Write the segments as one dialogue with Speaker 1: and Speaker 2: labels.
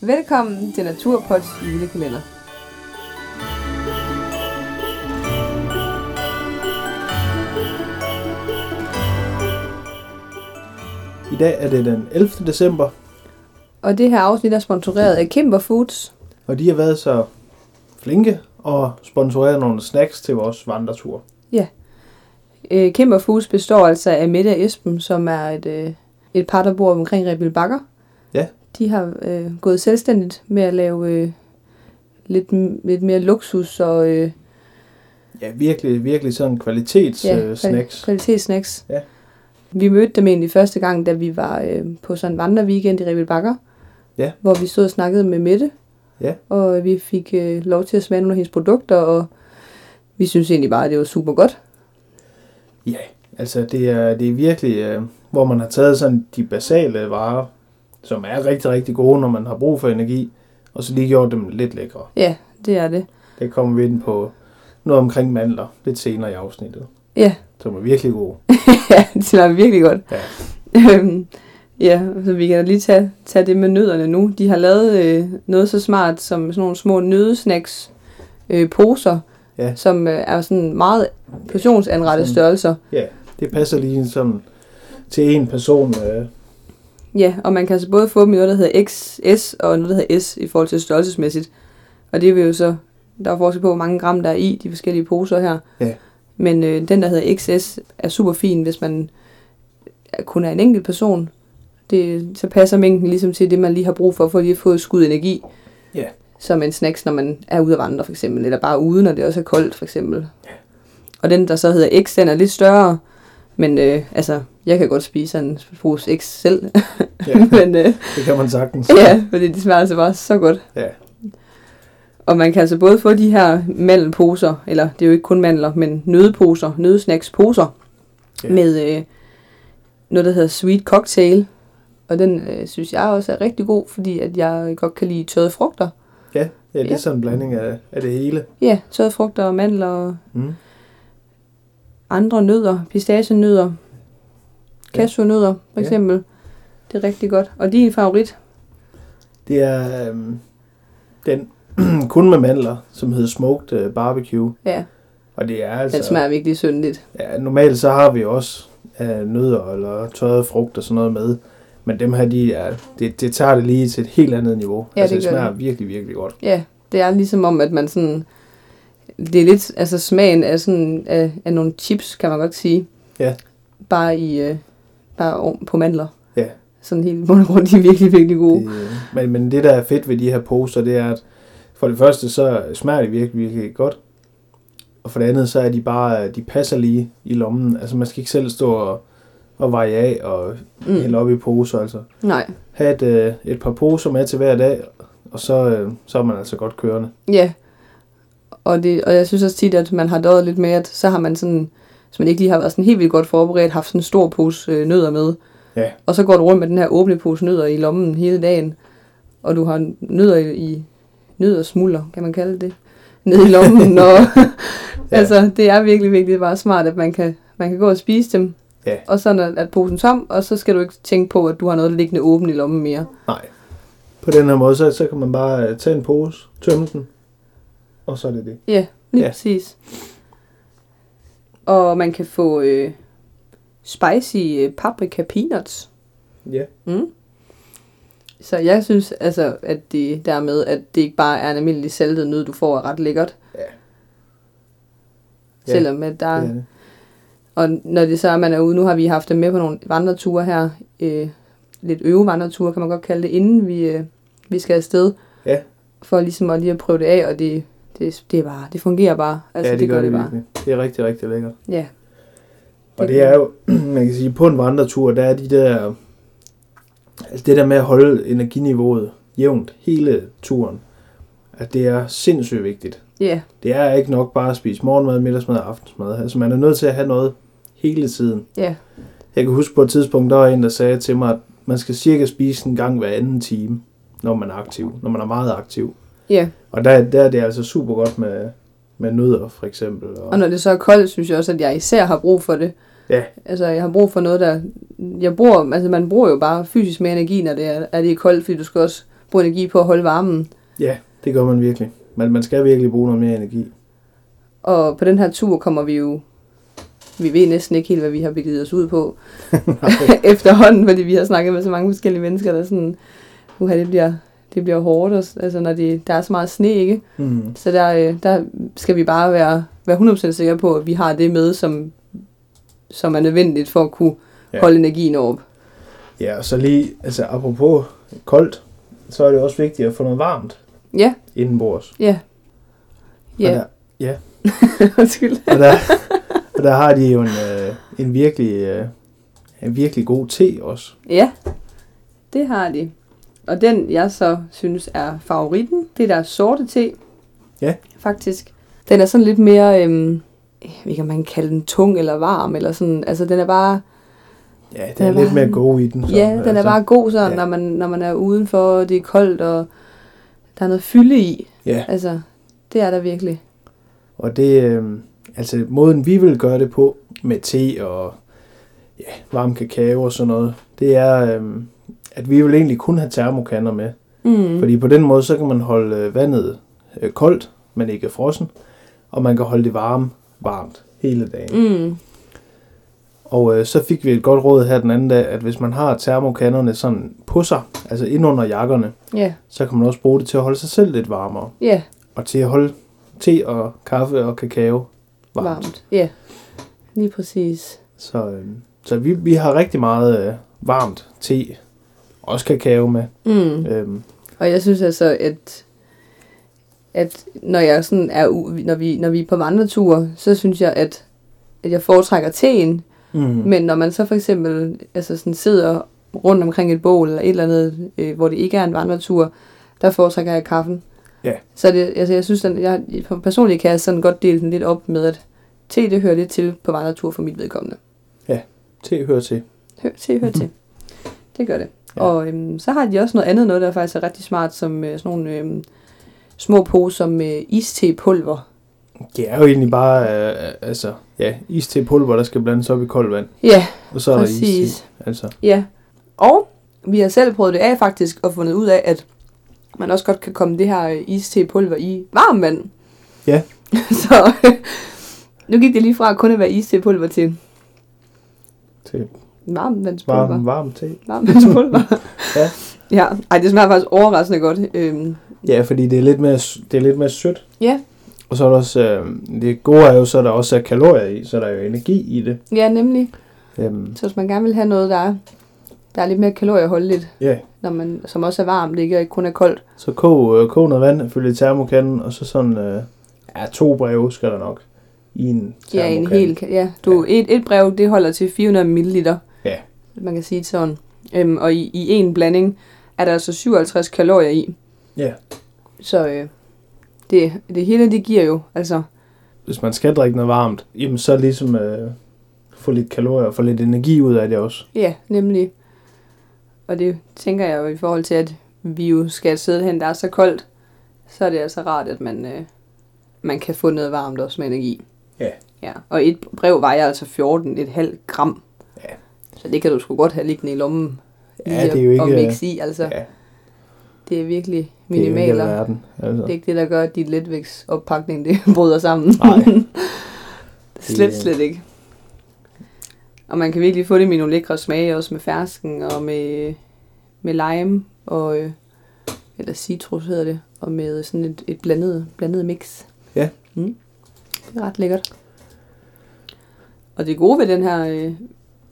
Speaker 1: Velkommen til Naturpods julekalender.
Speaker 2: I dag er det den 11. december,
Speaker 1: Og det her afsnit er sponsoreret af Kimber Foods.
Speaker 2: og de har været så flinke og sponsoreret nogle snacks til vores vandretur.
Speaker 1: Øh, Kimber Foods består altså af Mette og Esben, som er et, øh, et par, der bor omkring Rebil Bakker.
Speaker 2: Ja.
Speaker 1: De har øh, gået selvstændigt med at lave øh, lidt, m- lidt mere luksus og øh,
Speaker 2: Ja, virkelig, virkelig sådan kvalitets ja, øh, snacks.
Speaker 1: kvalitetssnacks.
Speaker 2: Ja.
Speaker 1: Vi mødte dem egentlig første gang, da vi var øh, på sådan en vandreweekend i Rebil Bakker.
Speaker 2: Ja.
Speaker 1: Hvor vi stod og snakkede med Mette.
Speaker 2: Ja.
Speaker 1: Og vi fik øh, lov til at smage nogle af hendes produkter, og vi synes egentlig bare, at det var super godt.
Speaker 2: Ja, altså det er, det er virkelig, øh, hvor man har taget sådan de basale varer, som er rigtig, rigtig gode, når man har brug for energi, og så lige gjort dem lidt lækre.
Speaker 1: Ja, det er det.
Speaker 2: Det kommer vi ind på noget omkring mandler lidt senere i afsnittet,
Speaker 1: Ja,
Speaker 2: som er virkelig gode.
Speaker 1: ja det smager virkelig godt.
Speaker 2: Ja.
Speaker 1: Øhm, ja, så vi kan lige tage, tage det med nødderne nu. De har lavet øh, noget så smart som sådan nogle små nødesnacks øh, poser,
Speaker 2: Ja.
Speaker 1: som øh, er sådan meget portionsanrettet
Speaker 2: Sådan-
Speaker 1: størrelser.
Speaker 2: Ja, det passer lige sådan til en person. Øh,
Speaker 1: Ja, og man kan altså både få dem i noget, der hedder XS og noget, der hedder S i forhold til størrelsesmæssigt. Og det vil jo så, der er forskel på, hvor mange gram der er i de forskellige poser her.
Speaker 2: Ja.
Speaker 1: Men øh, den, der hedder XS, er super fin, hvis man kun er en enkelt person. Det, så passer mængden ligesom til det, man lige har brug for, for lige at få et skud energi.
Speaker 2: Ja.
Speaker 1: Som en snacks, når man er ude at vandre for eksempel, eller bare ude, når det også er koldt for eksempel. Ja. Og den, der så hedder X, den er lidt større, men øh, altså, jeg kan godt spise sådan en pose X selv,
Speaker 2: ja,
Speaker 1: men øh,
Speaker 2: det kan man sagtens.
Speaker 1: ja, fordi det smager altså bare så godt.
Speaker 2: Ja.
Speaker 1: Og man kan altså både få de her mandelposer, eller det er jo ikke kun mandler, men nødeposer, nødesnacksposer,
Speaker 2: Ja.
Speaker 1: ja. med øh, noget, der hedder Sweet Cocktail. Og den øh, synes jeg også er rigtig god, fordi at jeg øh, godt kan lide tørrede frugter.
Speaker 2: Ja, ja det er
Speaker 1: Ja.
Speaker 2: sådan en blanding af, af det hele.
Speaker 1: Ja, tørrede frugter og mandler og
Speaker 2: Mm.
Speaker 1: andre nødder, pistacienødder,
Speaker 2: Ja.
Speaker 1: cashewnødder for
Speaker 2: Ja.
Speaker 1: eksempel. Det er rigtig godt. Og din favorit?
Speaker 2: Det er øhm, den kun med mandler, som hedder Smoked øh, Barbecue.
Speaker 1: Ja,
Speaker 2: Og det er
Speaker 1: den
Speaker 2: altså...
Speaker 1: smager virkelig syndigt.
Speaker 2: Ja, normalt så har vi også øh, nødder eller tørrede frugt og sådan noget med. Men dem her, de er, det, det tager det lige til et helt andet niveau.
Speaker 1: Ja,
Speaker 2: altså,
Speaker 1: det
Speaker 2: det,
Speaker 1: gør
Speaker 2: smager
Speaker 1: det.
Speaker 2: virkelig, virkelig godt.
Speaker 1: Ja, det er ligesom om, at man sådan... Det er lidt, altså smagen af, sådan, af, af nogle chips, kan man godt sige.
Speaker 2: Ja.
Speaker 1: Bare i, øh, bare oven på mandler.
Speaker 2: Ja.
Speaker 1: Sådan helt i bund og grund, de er virkelig, virkelig gode.
Speaker 2: Det, øh, men, men det, der er fedt ved de her poser, det er, at for det første, så smager det virkelig, virkelig godt. Og for det andet, så er de bare, de passer lige i lommen. Altså, man skal ikke selv stå og, og veje af og mm. hælde op i poser, altså.
Speaker 1: Nej.
Speaker 2: have et, øh, et par poser med til hver dag, og så, øh, så er man altså godt kørende.
Speaker 1: Ja. Og, det, og jeg synes også tit, at man har døjet lidt med, at så har man sådan, hvis man ikke lige har været sådan helt vildt godt forberedt, haft sådan en stor pose øh, nødder med.
Speaker 2: Ja.
Speaker 1: Og så går du rundt med den her åbne pose nødder i lommen hele dagen. Og du har nødder i, i nødder smuldrer, kan man kalde det, nede i lommen. og, altså, det er virkelig, virkelig bare smart, at man kan, man kan gå og spise dem.
Speaker 2: Ja.
Speaker 1: Og så er at posen tom, og så skal du ikke tænke på, at du har noget liggende åbent i lommen mere.
Speaker 2: Nej. På den her måde, så, så kan man bare øh, tage en pose, tømme den, og så er det det.
Speaker 1: Ja, lige
Speaker 2: Ja.
Speaker 1: ja. præcis. Og man kan få øh, spicy øh, paprika peanuts.
Speaker 2: Ja.
Speaker 1: Mm. Så jeg synes altså, at det dermed, at det ikke bare er en almindelig saltet nød, du får, er ret lækkert.
Speaker 2: Ja. Ja,
Speaker 1: Selvom at der
Speaker 2: Det
Speaker 1: er
Speaker 2: er det.
Speaker 1: og når det så er, at man er ude, nu har vi haft dem med på nogle vandreture her, øh, lidt øvevandreture, kan man godt kalde det, inden vi, øh, vi skal afsted.
Speaker 2: Ja.
Speaker 1: For ligesom at lige at prøve det af, og det, det, det, er bare, det fungerer bare. Altså,
Speaker 2: ja,
Speaker 1: det, det gør det bare.
Speaker 2: virkelig. Det er rigtig, rigtig lækkert.
Speaker 1: Ja.
Speaker 2: Og
Speaker 1: Det
Speaker 2: det
Speaker 1: gør
Speaker 2: er jo, man kan sige, på en vandretur, der er de der, altså det der med at holde energiniveauet jævnt hele turen, at det er sindssygt vigtigt.
Speaker 1: Ja,
Speaker 2: Det er ikke nok bare at spise morgenmad, middagsmad og aftensmad. Altså man er nødt til at have noget hele tiden.
Speaker 1: Ja.
Speaker 2: Jeg kan huske på et tidspunkt, der var en, der sagde til mig, at man skal cirka spise en gang hver anden time, når man er aktiv, når man er meget aktiv.
Speaker 1: ja.
Speaker 2: Og der, der er det altså super godt med, med nødder, for eksempel. Og,
Speaker 1: Og når det så er koldt, synes jeg også, at jeg især har brug for det.
Speaker 2: Ja.
Speaker 1: Altså, jeg har brug for noget, der... Jeg bruger, altså, man bruger jo bare fysisk mere energi, når det er, er det er koldt, fordi du skal også bruge energi på at holde varmen.
Speaker 2: Ja, det gør man virkelig. Men man skal virkelig bruge noget mere energi.
Speaker 1: Og på den her tur kommer vi jo... Vi ved næsten ikke helt, hvad vi har begivet os ud på efterhånden, fordi vi har snakket med så mange forskellige mennesker, der sådan... Uha, det bliver, det bliver hårdt, og s- altså, når de, der er så meget sne, ikke?
Speaker 2: mm.
Speaker 1: Så der, øh, der skal vi bare være, være 100% sikre på, at vi har det med, som, som er nødvendigt for at kunne
Speaker 2: Ja.
Speaker 1: ja. holde energien op.
Speaker 2: Ja, og så lige, altså apropos koldt, så er det også vigtigt at få noget varmt
Speaker 1: Ja,
Speaker 2: indenbords.
Speaker 1: ja.
Speaker 2: Og
Speaker 1: Ja,
Speaker 2: der,
Speaker 1: undskyld.
Speaker 2: og der, og der har de jo en, øh, en, virkelig, øh, en virkelig god te også.
Speaker 1: Ja, det har de. Og den, jeg så synes er favoritten, det er der sorte te.
Speaker 2: Ja.
Speaker 1: Faktisk. Den er sådan lidt mere, øhm, jeg ved ikke om man kan kalde den tung eller varm, eller sådan, altså den er bare,
Speaker 2: Ja, den
Speaker 1: Den
Speaker 2: er
Speaker 1: er
Speaker 2: lidt
Speaker 1: bare-
Speaker 2: mere go i den.
Speaker 1: så, ja, den
Speaker 2: altså.
Speaker 1: er bare god sådan,
Speaker 2: ja.
Speaker 1: ja. når, man, når man er udenfor, og det er koldt, og der er noget fylde i.
Speaker 2: Ja,
Speaker 1: Altså, det er der virkelig.
Speaker 2: og det, øh, altså måden vi vil gøre det på med te og ja, varm kakao og sådan noget, det er, øh, at vi vil egentlig kun have termokanner med.
Speaker 1: Mm.
Speaker 2: Fordi på den måde, så kan man holde øh, vandet øh, koldt, men ikke frossen, og man kan holde det varme varmt hele dagen.
Speaker 1: Mm.
Speaker 2: Og øh, så fik vi et godt råd her den anden dag, at hvis man har termokannerne sådan på sig, altså ind under jakkerne,
Speaker 1: Ja,
Speaker 2: så kan man også bruge det til at holde sig selv lidt varmere,
Speaker 1: ja,
Speaker 2: og til at holde te og kaffe og kakao varmt. varmt.
Speaker 1: varmt. Ja, lige præcis.
Speaker 2: Så, øh, så vi, vi har rigtig meget øh, varmt te, også kakao med.
Speaker 1: Mm.
Speaker 2: Øhm,
Speaker 1: Og jeg synes altså, at, at når, jeg sådan er, u- når, vi, når vi er på vandreture, så synes jeg, at, at jeg foretrækker teen. Mm. Men når man så for eksempel altså sådan sidder rundt omkring et bål eller et eller andet, øh, hvor det ikke er en vandretur, der foretrækker jeg kaffen.
Speaker 2: Ja.
Speaker 1: Så er det, altså jeg synes, at jeg, personligt kan jeg sådan godt dele den lidt op med, at te, det hører lidt til på vandretur for mit vedkommende.
Speaker 2: Te hører til.
Speaker 1: Hør til, hør til. Det gør det.
Speaker 2: Ja.
Speaker 1: Ja. Og øhm, så har de også noget andet, noget der faktisk er rigtig smart, som øh, sådan nogle øhm, små poser med istepulver.
Speaker 2: Det er jo egentlig bare øh, altså, ja, iste-pulver, der skal blandes op i koldt vand,
Speaker 1: Ja,
Speaker 2: og så er der iste.
Speaker 1: præcis.
Speaker 2: Altså,
Speaker 1: Ja. Og vi har selv prøvet det af faktisk, og fundet ud af, at man også godt kan komme det her øh, istepulver i varmt vand.
Speaker 2: Ja.
Speaker 1: så øh, nu gik det lige fra kun at være istepulver til
Speaker 2: til
Speaker 1: varmt vandspulver.
Speaker 2: varm, varm te.
Speaker 1: Varmvandspulver.
Speaker 2: Ja.
Speaker 1: ja. Ej, det smager faktisk overraskende godt. Øhm,
Speaker 2: Ja, fordi det er lidt mere, det er lidt mere sødt.
Speaker 1: Ja.
Speaker 2: Og så er der også, øh, det gode er jo, så er der også er kalorier i, så er der jo energi i det.
Speaker 1: ja, nemlig.
Speaker 2: Øhm,
Speaker 1: Så hvis man gerne vil have noget, der er, der er lidt mere kalorieholdigt,
Speaker 2: ja,
Speaker 1: når man, som også er varmt, ikke og ikke kun er koldt.
Speaker 2: så kog, øh, kog noget vand, fyld i termokanden, og så sådan, øh, ja, to breve skal der nok i en
Speaker 1: Ja, en
Speaker 2: termokande.
Speaker 1: hel, ja, du, Et, et brev, det holder til 400 ml.
Speaker 2: Ja.
Speaker 1: Man kan sige det sådan. Øhm, og i, i en blanding er der altså 57 kalorier i.
Speaker 2: Ja.
Speaker 1: Så øh, det, det hele, det giver jo, altså,
Speaker 2: Hvis man skal drikke noget varmt, jamen så ligesom øh, få lidt kalorier og få lidt energi ud af det også.
Speaker 1: ja, nemlig. Og det tænker jeg jo i forhold til, at vi jo skal et sted hen, der er så koldt, så er det altså rart, at man, øh, man kan få noget varmt også med energi.
Speaker 2: Ja.
Speaker 1: Ja, og et brev vejer altså 14,5 gram.
Speaker 2: Ja.
Speaker 1: Så det kan du sgu godt have liggende i lommen.
Speaker 2: Ja,
Speaker 1: lige
Speaker 2: det er jo ikke-
Speaker 1: Og mix i, altså. Ja.
Speaker 2: ja,
Speaker 1: Det er virkelig
Speaker 2: det er jo ikke
Speaker 1: minimaler. Det er,
Speaker 2: alverden. Altså.
Speaker 1: det er ikke det, der gør, at dit letvægtsoppakning det bryder sammen.
Speaker 2: Nej.
Speaker 1: slet,
Speaker 2: Det-
Speaker 1: slet ikke. Og man kan virkelig få det med nogle lækre smage, også med fersken og med, med lime og øh, eller citrus hedder det, og med sådan et, et blandet, blandet mix.
Speaker 2: Ja.
Speaker 1: Mm. Det er ret lækkert. Og det gode ved den her, øh,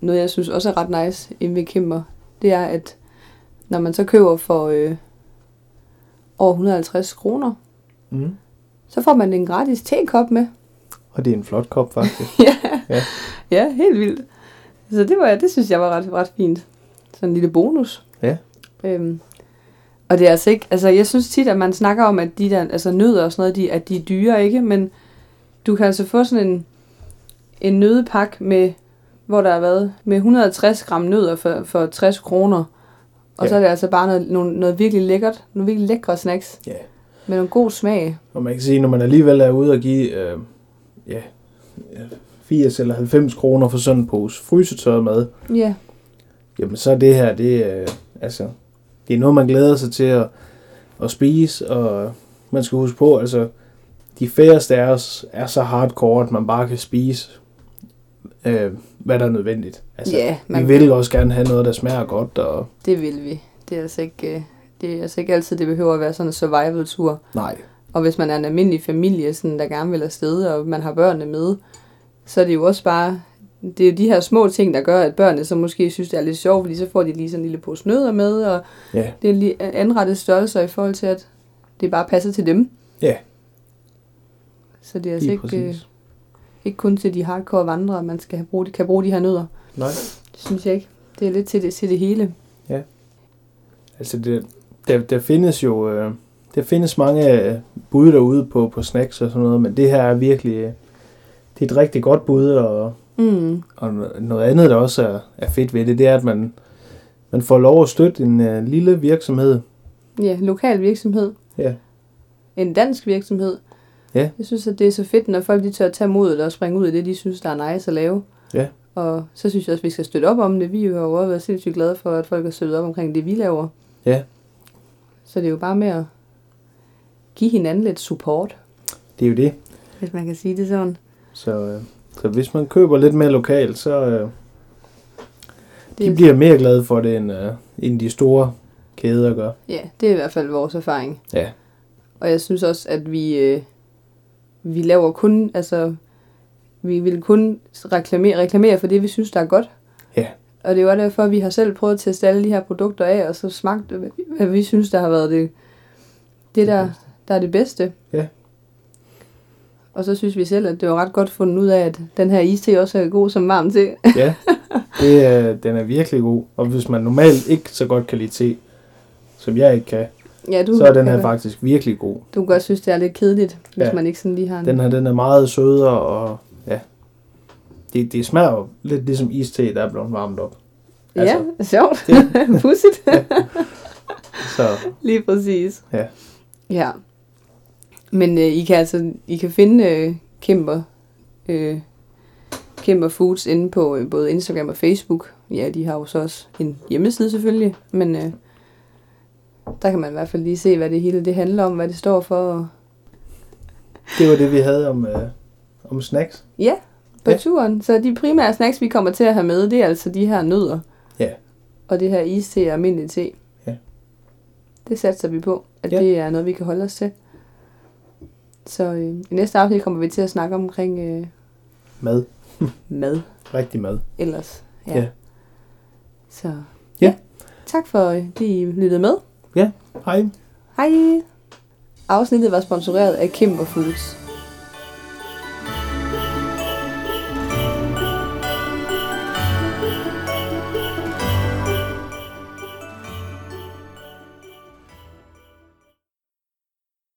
Speaker 1: noget jeg synes også er ret nice inde ved Kimber, det er, at når man så køber for øh, over 150 kroner,
Speaker 2: Mm.
Speaker 1: så får man en gratis tekop med.
Speaker 2: Og det er en flot kop, faktisk.
Speaker 1: ja.
Speaker 2: Ja.
Speaker 1: ja. ja, helt vildt. Så det, var, det synes jeg var ret, ret fint. Sådan en lille bonus.
Speaker 2: Ja.
Speaker 1: Øhm, og det er altså ikke, altså jeg synes tit, at man snakker om, at de der, altså nødder og sådan noget, de, at de er dyre, ikke? Men du kan altså få sådan en, en nødepakke med, hvor der er været med 160 gram nødder for, for 60 kroner. Og
Speaker 2: Ja.
Speaker 1: så er det altså bare noget, noget, noget virkelig lækkert, nogle virkelig lækre snacks
Speaker 2: ja.
Speaker 1: med nogle god smag.
Speaker 2: Og man kan sige, når man alligevel er ude og give øh, ja, øh, 80 eller 90 kroner for sådan en pose frysetørret mad,
Speaker 1: Ja,
Speaker 2: jamen så er det her, det, øh, altså, det er noget, man glæder sig til, og at spise, og man skal huske på, altså, de færreste af os er så hardcore, at man bare kan spise, øh, hvad der er nødvendigt. Altså,
Speaker 1: ja,
Speaker 2: man... Vi vil også gerne have noget, der smager godt, og
Speaker 1: det vil vi. Det er altså ikke, øh, det er altså ikke altid, det behøver at være sådan en survival-tur.
Speaker 2: nej,
Speaker 1: Og hvis man er en almindelig familie, sådan, der gerne vil afsted, og man har børnene med, så er det jo også bare, det er jo de her små ting, der gør, at børnene så måske synes, det er lidt sjovt, fordi så får de lige sådan en lille pose nødder med, og
Speaker 2: ja,
Speaker 1: det er lige anrettet størrelser i forhold til, at det bare passer til dem.
Speaker 2: Ja.
Speaker 1: Så det er altså
Speaker 2: lige
Speaker 1: ikke, øh,
Speaker 2: præcis.
Speaker 1: ikke kun til de hardcore vandrere, man skal have brug, kan bruge de her nødder.
Speaker 2: Nej.
Speaker 1: Det synes jeg ikke. Det er lidt til det, til det hele.
Speaker 2: Altså, det, der, der findes jo øh, der findes mange øh, bud derude på, på snacks og sådan noget, men det her er virkelig øh, det er et rigtig godt bud, og,
Speaker 1: Mm.
Speaker 2: og no- noget andet, der også er, er fedt ved det, det er, at man, man får lov at støtte en øh, lille virksomhed.
Speaker 1: Ja, lokal virksomhed.
Speaker 2: Ja.
Speaker 1: En dansk virksomhed.
Speaker 2: Ja.
Speaker 1: Jeg synes, at det er så fedt, når folk de tør at tage modet og springe ud af det, de synes, der er nice at lave.
Speaker 2: Ja.
Speaker 1: Og så synes jeg også, at vi skal støtte op om det. Vi har jo også været sindssygt glade for, at folk har støttet op omkring det, vi laver.
Speaker 2: Ja.
Speaker 1: Så det er jo bare med at give hinanden lidt support,
Speaker 2: Det er jo det.
Speaker 1: hvis man kan sige det sådan.
Speaker 2: Så, øh, så hvis man køber lidt mere lokalt, så øh,
Speaker 1: Det,
Speaker 2: de bliver mere glade for det, end, øh, end de store kæder gør.
Speaker 1: Ja, det er i hvert fald vores erfaring.
Speaker 2: Ja,
Speaker 1: Og jeg synes også, at vi, øh, vi laver kun, altså, vi vil kun reklamere, reklamere for det, vi synes, der er godt.
Speaker 2: Ja.
Speaker 1: Og det er jo også derfor, at vi har selv prøvet at teste alle de her produkter af, og så smagt, hvad vi- hvad vi synes, der har været det, det der, der er det bedste.
Speaker 2: Ja.
Speaker 1: Og så synes vi selv, at det var ret godt fundet ud af, at den her iste også er god som varm til.
Speaker 2: ja. Det, øh, den er virkelig god. Og hvis man normalt ikke så godt kan lide te, som jeg ikke kan,
Speaker 1: Ja, du,
Speaker 2: så er
Speaker 1: kan
Speaker 2: den her
Speaker 1: godt-
Speaker 2: faktisk virkelig god.
Speaker 1: Du kan godt synes, det er lidt kedeligt, hvis
Speaker 2: Ja.
Speaker 1: man ikke sådan lige har en...
Speaker 2: Den her, den er meget sødere, og ja. Det, det smager jo lidt ligesom iste, der er blevet varmt op.
Speaker 1: ja, sjovt.
Speaker 2: altså, Det-
Speaker 1: Pudsigt.
Speaker 2: Så
Speaker 1: Lige præcis.
Speaker 2: Ja.
Speaker 1: Ja. Men øh, I kan altså I kan finde øh, Kæmper, øh, Kæmper Foods inde på øh, både Instagram og Facebook. Ja, de har jo så også en hjemmeside selvfølgelig, men øh, der kan man i hvert fald lige se, hvad det hele det handler om, hvad det står for. Og,
Speaker 2: det var det, vi havde om, øh, om snacks.
Speaker 1: ja, på
Speaker 2: Ja.
Speaker 1: ja. turen. Så de primære snacks, vi kommer til at have med, det er altså de her nødder.
Speaker 2: Ja.
Speaker 1: Og det her iste og almindelig te.
Speaker 2: Ja.
Speaker 1: Det satser vi på, at
Speaker 2: Ja.
Speaker 1: ja. det er noget, vi kan holde os til. Så øh, i næste afsnit kommer vi til at snakke omkring øh,
Speaker 2: Mad.
Speaker 1: mad
Speaker 2: Rigtig mad.
Speaker 1: ellers.
Speaker 2: Ja.
Speaker 1: Så
Speaker 2: Ja.
Speaker 1: Tak for, øh, det I lyttede med.
Speaker 2: Hej.
Speaker 1: Hej! Afsnittet var sponsoreret af Kimber Foods.